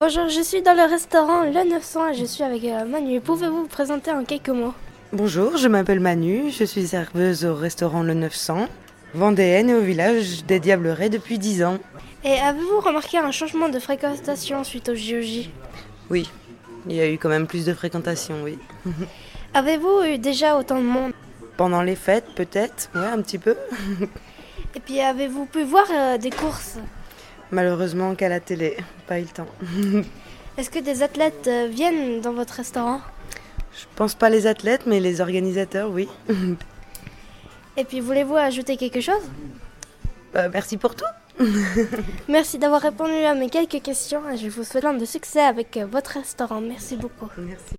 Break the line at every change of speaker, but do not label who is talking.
Bonjour, je suis dans le restaurant Le 900 et je suis avec euh, Manu. Pouvez-vous vous présenter en quelques mots
Bonjour, je m'appelle Manu, je suis serveuse au restaurant Le 900, vendéenne et au village des Diablerets depuis 10 ans.
Et avez-vous remarqué un changement de fréquentation suite au JOJ
Oui, il y a eu quand même plus de fréquentation, oui.
Avez-vous eu déjà autant de monde
Pendant les fêtes, peut-être, ouais, un petit peu.
Et puis avez-vous pu voir euh, des courses
Malheureusement qu'à la télé, pas eu le temps.
Est-ce que des athlètes euh, viennent dans votre restaurant
Je pense pas les athlètes, mais les organisateurs, oui.
Et puis voulez-vous ajouter quelque chose
Euh, merci pour tout.
Merci d'avoir répondu à mes quelques questions et je vous souhaite plein de succès avec euh, votre restaurant. Merci beaucoup.
Merci.